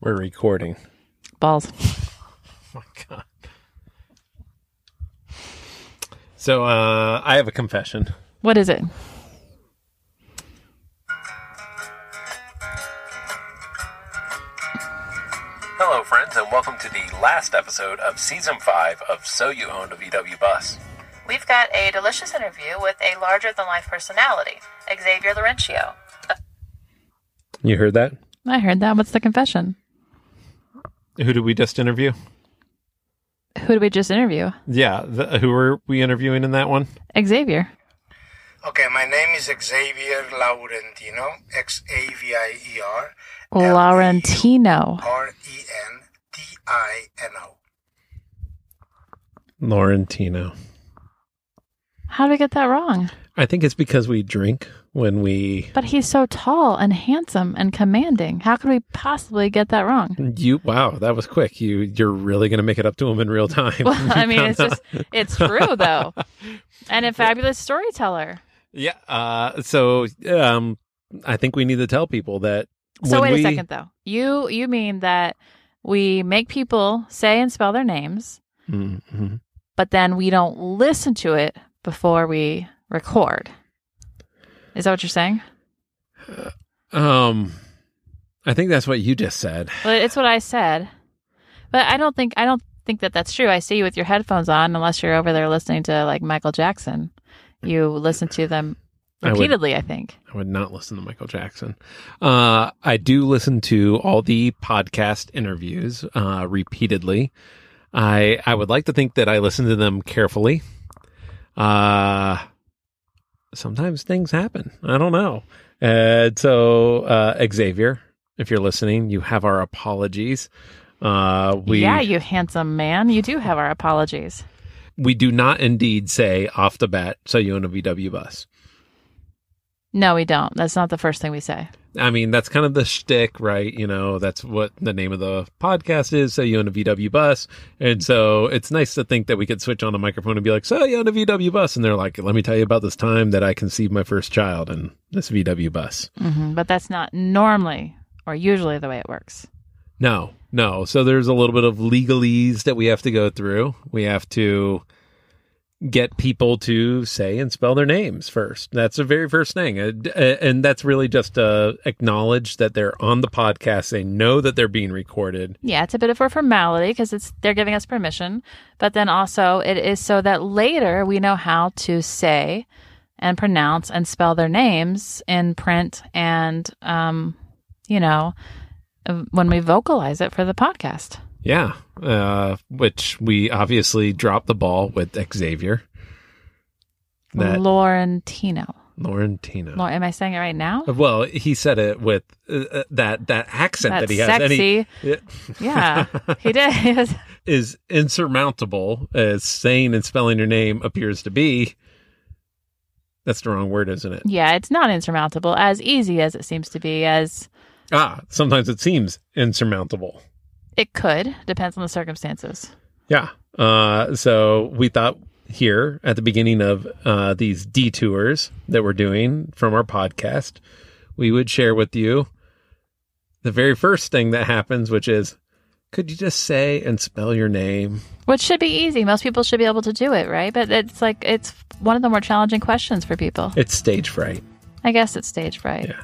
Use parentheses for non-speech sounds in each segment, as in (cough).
We're recording. Balls. (laughs) Oh my god. So uh, I have a confession. What is it? Hello, friends, and welcome to the last episode of season five of So You Owned a VW Bus. We've got a delicious interview with a larger than life personality, Xavier Laurencio. You heard that? I heard that. What's the confession? Who did we just interview? Who did we just interview? Yeah, the, who were we interviewing in that one? Xavier. Okay, my name is Xavier Laurentino, X A V I E R Laurentino. R E N T I N O. Laurentino. How did I get that wrong? I think it's because we drink when we. But he's so tall and handsome and commanding. How could we possibly get that wrong? (laughs) You wow, that was quick. You you're really gonna make it up to him in real time. Well, (laughs) I mean, it's just, it's true though. And a fabulous storyteller. yeah. Uh, so um, I think we need to tell people that. So when wait we- a second though. You you mean that we make people say and spell their names, Mhm. but then we don't listen to it before we record. Is that what you're saying? Um, I think that's what you just said. Well, it's what I said, but I don't think I don't think that that's true. I see you with your headphones on, unless you're over there listening to like Michael Jackson. You listen to them I would- repeatedly. I, think. I would not listen to Michael Jackson. Uh, I do listen to all the podcast interviews uh, repeatedly. I I would like to think that I listen to them carefully. Uh, sometimes things happen. I don't know. And so uh, Xavier, if you're listening, you have our apologies. Uh, we yeah, you handsome man. You do have our apologies. we do not indeed say off the bat. So you own a VW bus. No, we don't. That's not the first thing we say. I mean, that's kind of the shtick, right? You know, that's what the name of the podcast is. So you own a VW bus. And so it's nice to think that we could switch on a microphone and be like, so you own a VW bus. And they're like, let me tell you about this time that I conceived my first child and this VW bus. hmm But that's not normally or usually the way it works. No, no. So there's a little bit of legalese that we have to go through. We have to get people to say and spell their names first. That's the very first thing. Uh, d- uh, And that's really just to acknowledge that they're on the podcast. They know that they're being recorded. Yeah, it's a bit of a formality because it's they're giving us permission, but then also it is so that later we know how to say and pronounce and spell their names in print and um, you know uh, when we vocalize it for the podcast. Yeah, uh, which we obviously dropped the ball with Xavier. That Laurentino. Laurentino. Lau- am I saying it right now? well, he said it with uh, uh, that that accent That's that he has, and he- sexy. (laughs) it yeah, he did. is insurmountable as saying and spelling your name appears to be. That's the wrong word, isn't it? yeah, it's not insurmountable. As easy as it seems to be, as Ah, sometimes it seems insurmountable. it could depends on the circumstances. Yeah. Uh, so we thought here at the beginning of uh, these detours that we're doing from our podcast, we would share with you the very first thing that happens, which is could you just say and spell your name? Which should be easy. Most people should be able to do it, right? But it's like it's one of the more challenging questions for people. It's stage fright. I guess it's stage fright. Yeah.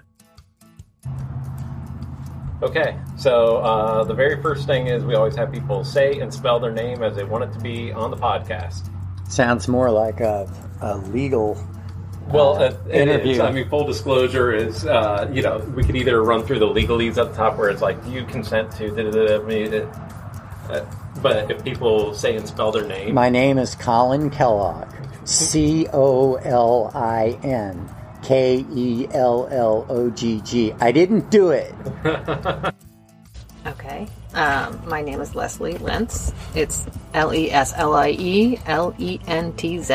Okay, so uh, the very first thing is we always have people say and spell their name as they want it to be on the podcast. Sounds more like a, a legal. Well, uh, it Interview. is. I mean, full disclosure is, uh, you know, we could either run through the legalese at the top where it's like, do you consent to, da, da, da, I mean, it- uh, but if people say and spell their name, My name is Colin Kellogg. C O L I N K E L L O G G. I didn't do it. Okay. Um, my name is Leslie Lentz. It's L E S L I E L E N T Z.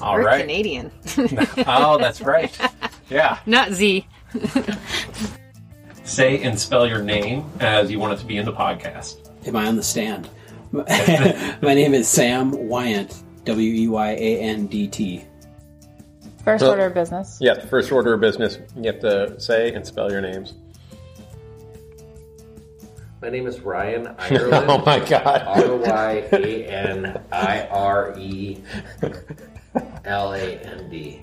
all We're right. Canadian, (laughs) (laughs) Oh, that's right. Yeah. not Z. Say and spell your name as you want it to be in the podcast. Am I on the stand? (laughs) My name is Sam Wyant. W E Y A N D T. First Well- order of business. Yeah, the first order of business, you have to say and spell your names. My name is Ryan (laughs) Ireland. Oh my God. R Y A N I R E L A N D.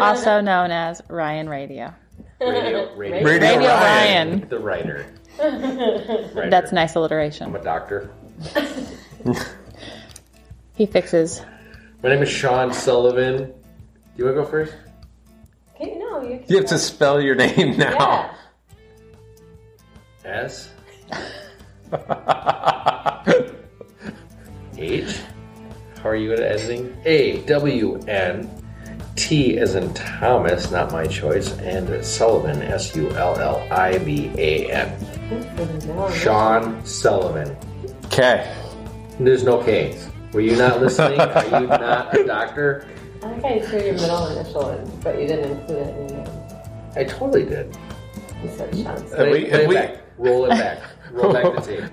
also known as Ryan Radio. Radio, (laughs) radio, Radio Radio Ryan. Ryan. The writer. Writer. That's nice alliteration. I'm a doctor. He fixes. My name is Sean Sullivan. Do you want to go first? Okay, no, you can You have to spell your name now. Yeah. S H. How are you good at editing? A W N T as in Thomas, not my choice, and Sullivan, S U L L I B A N. Sean Sullivan. Okay. There's no K's. Were you not listening? Are (laughs) you not a doctor? I think I threw your middle initial in, but you didn't include it in your name. I totally did. You said Sean. Have Play- we- play have it we- back. Roll it back. Roll back the tape.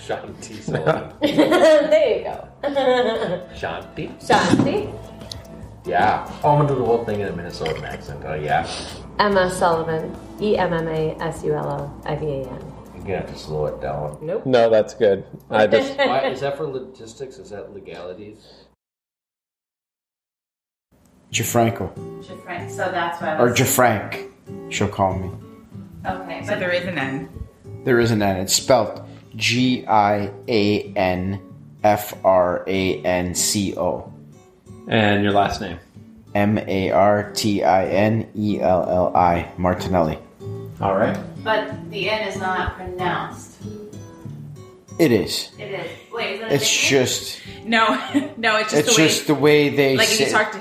Sean T. Sullivan. (laughs) there you go. Sean T. Sean, see? Yeah. Oh, I'm gonna do the whole thing in a Minnesota accent. Oh yeah. Emma Sullivan. E M M A S U L O I V A N. You're gonna have to slow it down. Nope. No, Oh, that's good. I just (laughs) Why, is that for logistics? Is that legalities? Jafranco. Jeffrey, so that's why. Or Jafrank, she'll call me. Okay, but there is an N. There is an N. It's spelt G I A N F R A N C O. and your last name. M A R T I N E L L I. Martinelli. All right. But the N is not pronounced. It is. It is. Wait, is that It's just. No, (laughs) no, it's just it's the way. just the way they like if say. you talk to.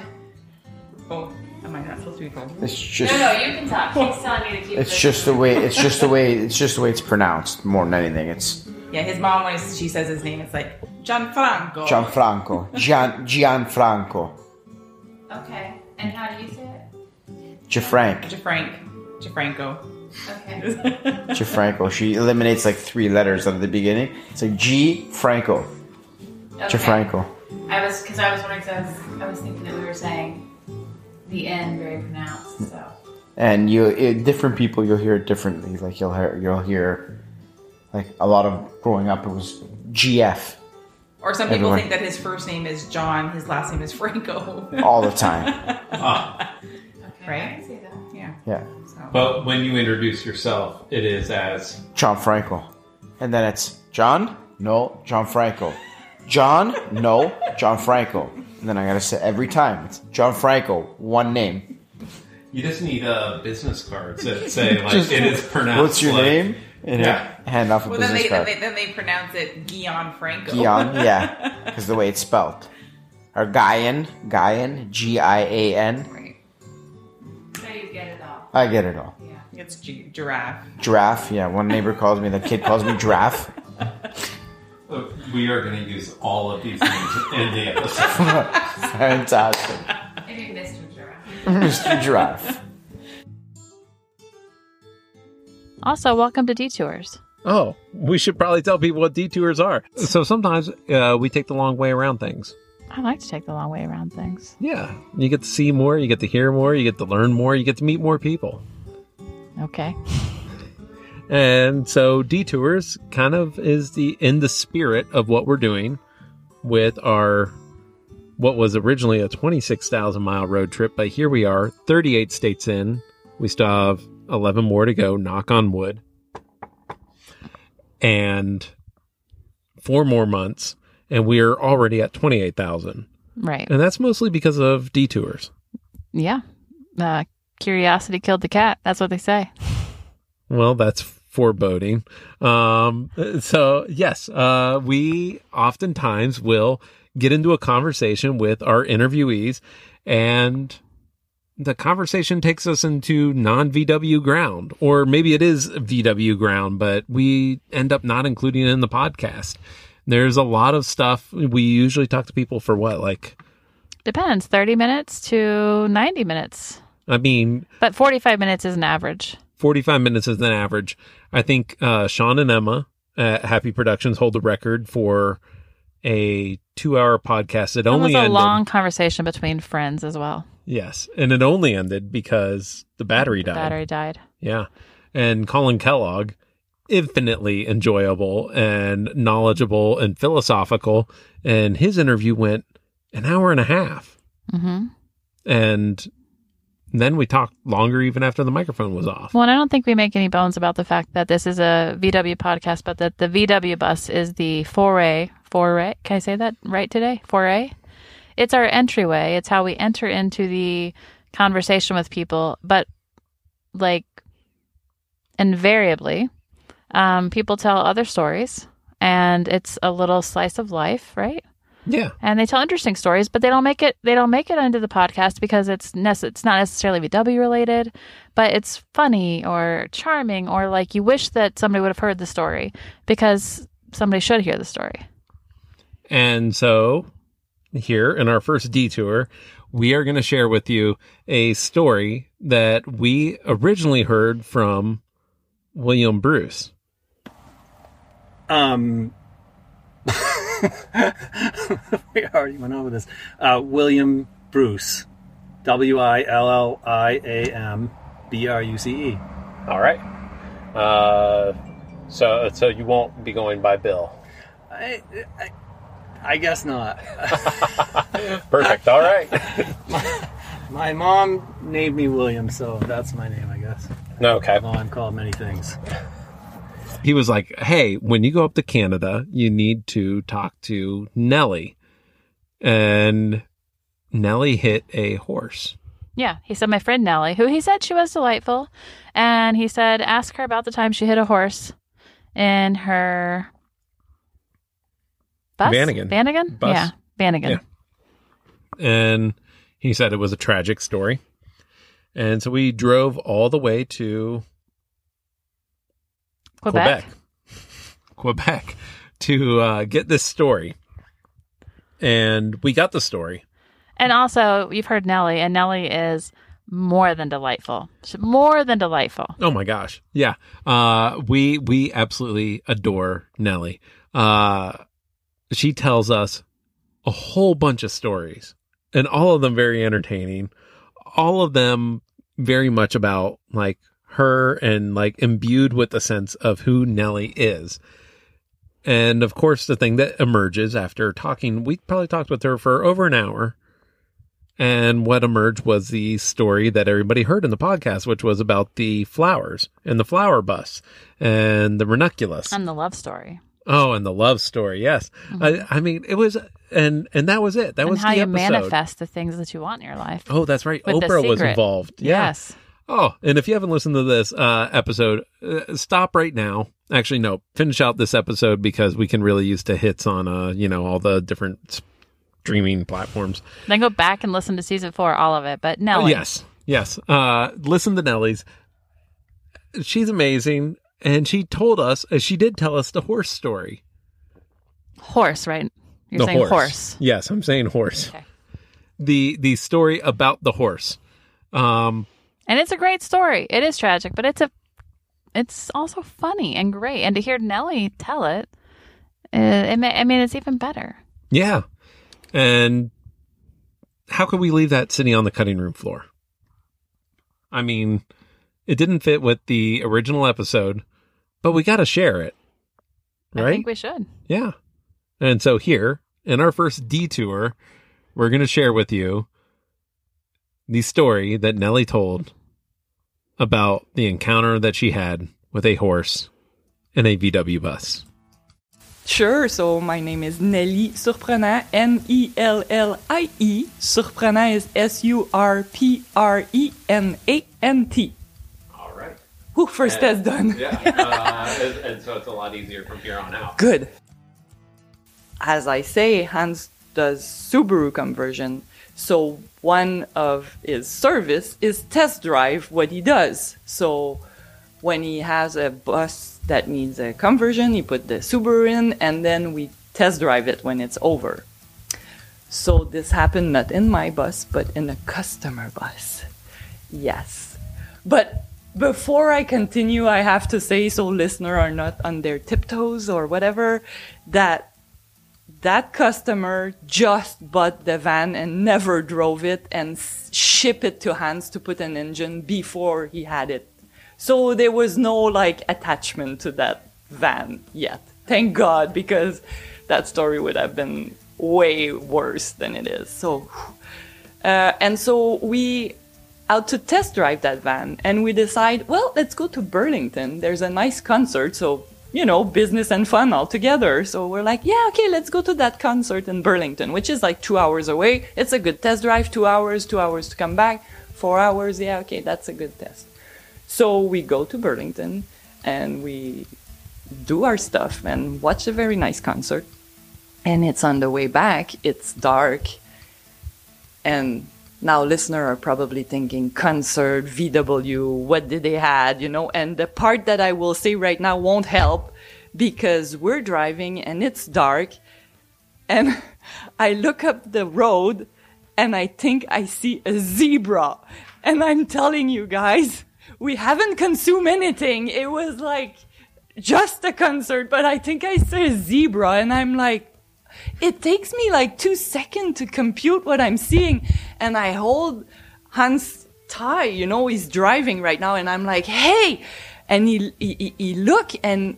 Oh, am I not supposed to be going? it's just. you can talk. He's telling me to keep It's just the way. It's just the way. It's just the way it's pronounced more than anything. It's Yeah, his mom when she says his name, it's like Gianfranco. Gianfranco. Gian Gianfranco. Okay. And how do you say it? Jafrank. Gianfranc- Gianfranco. Okay. Jafranco. She eliminates like three letters out of the beginning. It's like G Franco. Jafranco. I was because I was wondering because I was thinking that we were saying the N very pronounced. So And you, it, different people, you'll hear it differently. Like you'll hear, you'll hear, like a lot of growing up, it was GF (laughs) Or some people Everyone. think that his first name is John, his last name is Franco. (laughs) all the time. right? see that. Yeah. Yeah, But when you introduce yourself, it is as John Franco. And then it's John. No, John Franco. John. No, John Franco. And then I gotta say every time it's John Franco. One name. you just need a business card that say like Just- it is pronounced. What's your like- name? And Yeah. I hand off a Well, then business they, then card. they then they pronounce it Guion Franco. (laughs) Guion, yeah, because the way it's spelled. Or Guyan, Guyan, G I A N. Right. So you get it all. I get it all. (laughs) It's gi- giraffe. Giraffe, yeah. One neighbor calls me, the kid calls me giraffe. (laughs) Look, uh, We are going to use all of these names in the episode. Fantastic. Maybe Mr. Giraffe. Mr. Giraffe. Also, welcome to Detours. Oh, we should probably tell people what detours are. So sometimes uh, we take the long way around things. I like to take the long way around things. Yeah, you get to see more, you get to hear more, you get to learn more, you get to meet more people. Okay. And so detours kind of is the in the spirit of what we're doing with our what was originally a 26,000 mile road trip, but here we are 38 states in. We still have 11 more to go, knock on wood. And four more months and we're already at 28,000. Right. And that's mostly because of detours. Yeah. Uh, curiosity killed the cat. That's what they say. Well, that's foreboding. Um, so yes, uh, we oftentimes will get into a conversation with our interviewees and the conversation takes us into non VW ground, or maybe it is VW ground, but we end up not including it in the podcast. There's a lot of stuff. We usually talk to people for what, like, Depends 30 minutes to 90 minutes. I mean, But 45 minutes is an average. 45 minutes is an average. I think uh, Sean and Emma at Happy Productions hold the record for a two hour podcast. It It was only a ended. long conversation between friends as well. yes. And it only ended because the battery died. Battery died. Yeah. and Colin Kellogg, infinitely enjoyable and knowledgeable and philosophical. And his interview went an hour and a half. Mm-hmm. And then we talked longer even after the microphone was off. Well, and I don't think we make any bones about the fact that this is a VW podcast, but that the VW bus is the foray. Foray. Can I say that right today? Foray. It's our entryway. It's how we enter into the conversation with people. But like invariably, um, people tell other stories, and it's a little slice of life, right? Yeah. and they tell interesting stories, but they don't make it. They don't make it into the podcast because it's nece- it's not necessarily VW related, but it's funny or charming or like you wish that somebody would have heard the story because somebody should hear the story. And so, here in our first detour, we are going to share with you a story that we originally heard from William Bruce. Um, (laughs) we already went over this. Uh, William Bruce, W I L L I A M B R U C E. All right. Uh, so, so you won't be going by Bill. I, I, I guess not. Perfect. All right. My mom named me William, so that's my name, I guess. Okay. Although I'm called many things. He was like, "Hey, when you go up to Canada, you need to talk to Nellie." And Nellie hit a horse. Yeah, he said my friend Nellie, who he said she was delightful, and he said ask her about the time she hit a horse in her bus Vanagon. Vanagon, Bus. yeah, Vanagon. Yeah. and he said it was a tragic story. And so we drove all the way to Quebec. Quebec, Quebec to uh, get this story. And we got the story. And also, you've heard Nellie, and Nellie is more than delightful. She's more than delightful. Oh my gosh. Yeah. Uh we we absolutely adore Nellie. Uh she tells us a whole bunch of stories and all of them very entertaining. All of them very much about like her and like imbued with a sense of who Nellie is. And of course the thing that emerges after talking, we probably talked with her for over an hour. And what emerged was the story that everybody heard in the podcast, which was about the flowers and the flower bus and the ranunculus. And the love story. oh, and the love story. Yes, I, I mean it was, and and that was it. That Mm-hmm. and was how the you episode. manifest the things that you want in your life. Oh, that's right. With The Oprah was Secret. involved. Yeah. Yes. Oh, and if you haven't listened to this uh, episode, uh, stop right now. Actually, no, finish out this episode because we can really use the hits on, uh, you know, all the different streaming platforms. Then go back and listen to season four, all of it. But Nellie. Oh, Yes, yes. Uh, listen to Nellie's. She's amazing, and she told us. uh, She did tell us the horse story. Horse, right? You're the saying horse. horse. Yes, I'm saying horse. The the story about the horse. Um, And it's a great story. It is tragic, but it's a it's also funny and great. And to hear Nellie tell it, uh, it may, I mean, it's even better. yeah, and how could we leave that sitting on the cutting room floor? I mean, it didn't fit with the original episode, but we got to share it, I right? think we should. Yeah. And so here in our first detour, we're going to share with you the story that Nellie told about the encounter that she had with a horse and a VW bus. Sure, so my name is Nelly Surprenant, N E L L I E. Surprenant is S U R P R E N A N T. All right. Whew, first test done. (laughs) and, so it's a lot easier from here on out. Good. As I say, Hans does Subaru conversion. So one of his service is test drive what he does. So when he has a bus that needs a conversion, he put the Subaru in and then we test drive it when it's over. So this happened not in my bus, but in a customer bus. Yes. But before I continue, I have to say so listener are not on their tiptoes or whatever that that customer just bought the van and never drove it and s- ship it to Hans to put an engine before he had it. So there was no like attachment to that van yet. Thank God, because that story would have been way worse than it is. So, uh, and so we out to test drive that van and we decide, well, let's go to Burlington. There's a nice concert. So, you know, business and fun all together. So we're like, yeah, okay, let's go to that concert in Burlington, which is like two hours away. It's a good test drive, two hours, two hours to come back, four hours. Yeah, okay, that's a good test. So we go to Burlington and we do our stuff and watch a very nice concert. And it's on the way back, it's dark. And now listener are probably thinking concert, VW, what did they had, you know? And the part that I will say right now won't help because we're driving and it's dark. And (laughs) I look up the road and I think I see a zebra. And I'm telling you guys, we haven't consumed anything. It was like just a concert, but I think I saw a zebra and I'm like, it takes me like two seconds to compute what I'm seeing. And I hold Hans tie, you know, he's driving right now. And I'm like, Hey, and he, he, he- he look and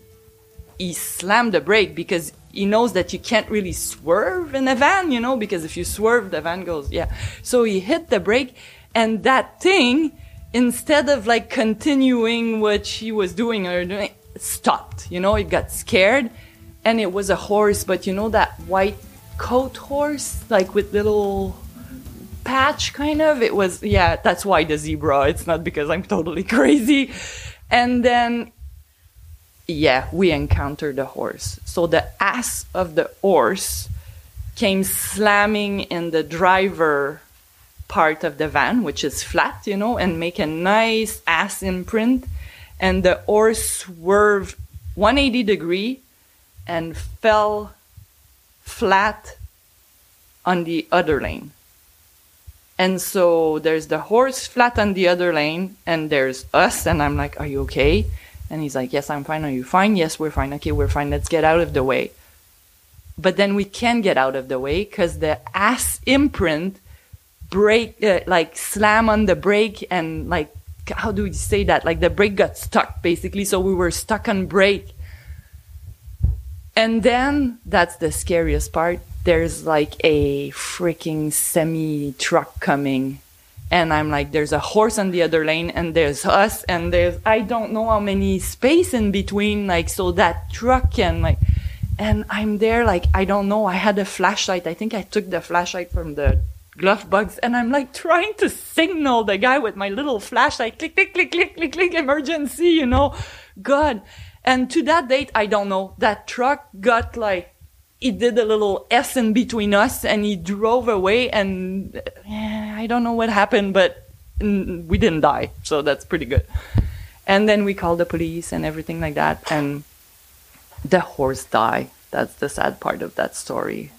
he slammed the brake because he knows that you can't really swerve in a van, you know, because if you swerve, the van goes, yeah. So he hit the brake and that thing, instead of like continuing what she was doing or doing, stopped, you know, it got scared and it was a horse, but you know that white coat horse, like with little patch kind of it was yeah that's why the zebra it's not because i'm totally (laughs) crazy and then yeah we encountered the horse so the ass of the horse came slamming in the driver part of the van which is flat you know and make a nice ass imprint and the horse swerved 180 degree and fell flat on the other lane and so there's the horse flat on the other lane, and there's us. And I'm like, Are you okay? And he's like, Yes, I'm fine. Are you fine? Yes, we're fine. Okay, we're fine. Let's get out of the way. But then we can get out of the way because the ass imprint break, uh, like slam on the brake and like, how do you say that? Like the brake got stuck basically. So we were stuck on brake. And then that's the scariest part. There's like a freaking semi truck coming. And I'm like, there's a horse on the other lane, and there's us, and there's I don't know how many space in between, like so that truck can like, and I'm there like I don't know. I had a flashlight. I think I took the flashlight from the glove box, and I'm like trying to signal the guy with my little flashlight, click click click click click click, emergency, you know, God. And to that date, I don't know. That truck got like, he did a little S in between us and he drove away and uh, eh, I don't know what happened, but mm, we didn't die. So that's pretty good. And then we called the police and everything like that. And the horse died. That's the sad part of that story.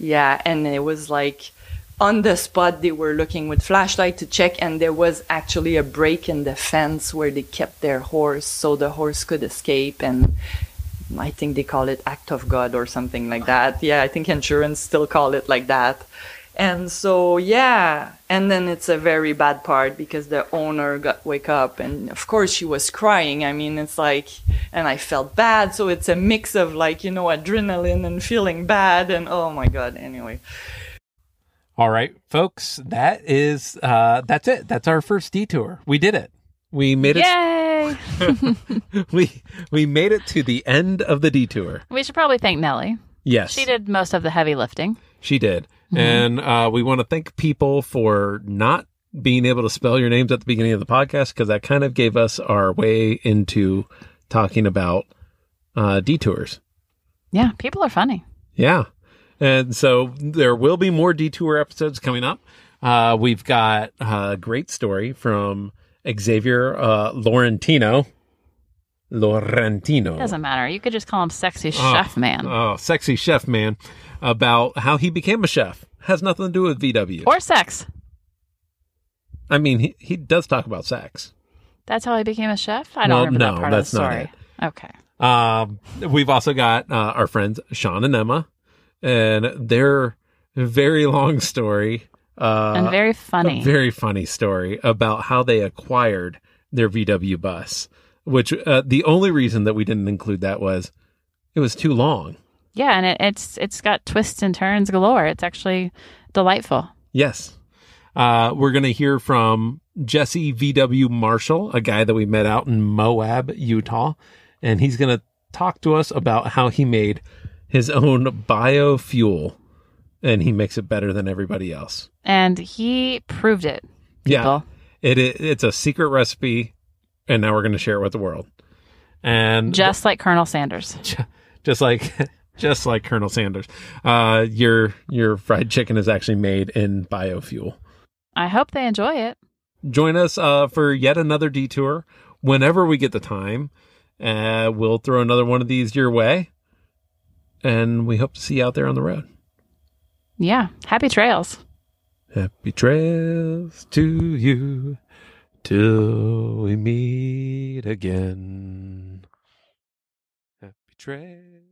Yeah. And it was like on the spot, they were looking with flashlight to check. And there was actually a break in the fence where they kept their horse so the horse could escape. And I think they call it act of God or something like that. Yeah, I think insurance still call it like that. And so yeah, and then it's a very bad part because the owner got wake up and of course she was crying. I mean, it's like and I felt bad, so it's a mix of like, you know, adrenaline and feeling bad and oh my god, anyway. All right, folks, that is uh, that's it. That's our first detour. We did it. We made Yay! it. (laughs) We we made it to the end of the detour. we should probably thank Nellie. Yes. She did most of the heavy lifting. She did. Mhm. And uh, we want to thank people for not being able to spell your names at the beginning of the podcast because that kind of gave us our way into talking about uh, detours. Yeah, people are funny. Yeah. And so there will be more detour episodes coming up. Uh, we've got a great story from Xavier uh, Laurentino. Laurentino. It doesn't matter. You could just call him Sexy Oh, Chef Man Oh, sexy chef man about how he became a chef. Has nothing to do with VW. or Sex. I mean, he, he does talk about sex. That's how I became a chef. I don't Well, remember no, that part that's of the not story. Okay. Um, we've also got uh, our friends Sean and Emma, and their very long story uh, And very funny. a very funny story about how they acquired their VW bus, which uh, the only reason that we didn't include that was it was too long. Yeah, and it, it's it's got twists and turns galore. It's actually delightful. Yes. Uh, we're going to hear from Jesse VW Marshall, a guy that we met out in Moab, Utah. And he's going to talk to us about how he made his own biofuel and he makes it better than everybody else. And he proved it. Yeah. It, it, it's a secret recipe. And now we're going to share it with the world. And Just like Colonel Sanders. just like (laughs) just like Colonel Sanders. Uh, your your fried chicken is actually made in biofuel. I hope they enjoy it. Join us uh, for yet another detour whenever we get the time. Uh, we'll throw another one of these your way, and we hope to see you out there on the road. Yeah. Happy trails. Happy trails to you till we meet again. Happy trails.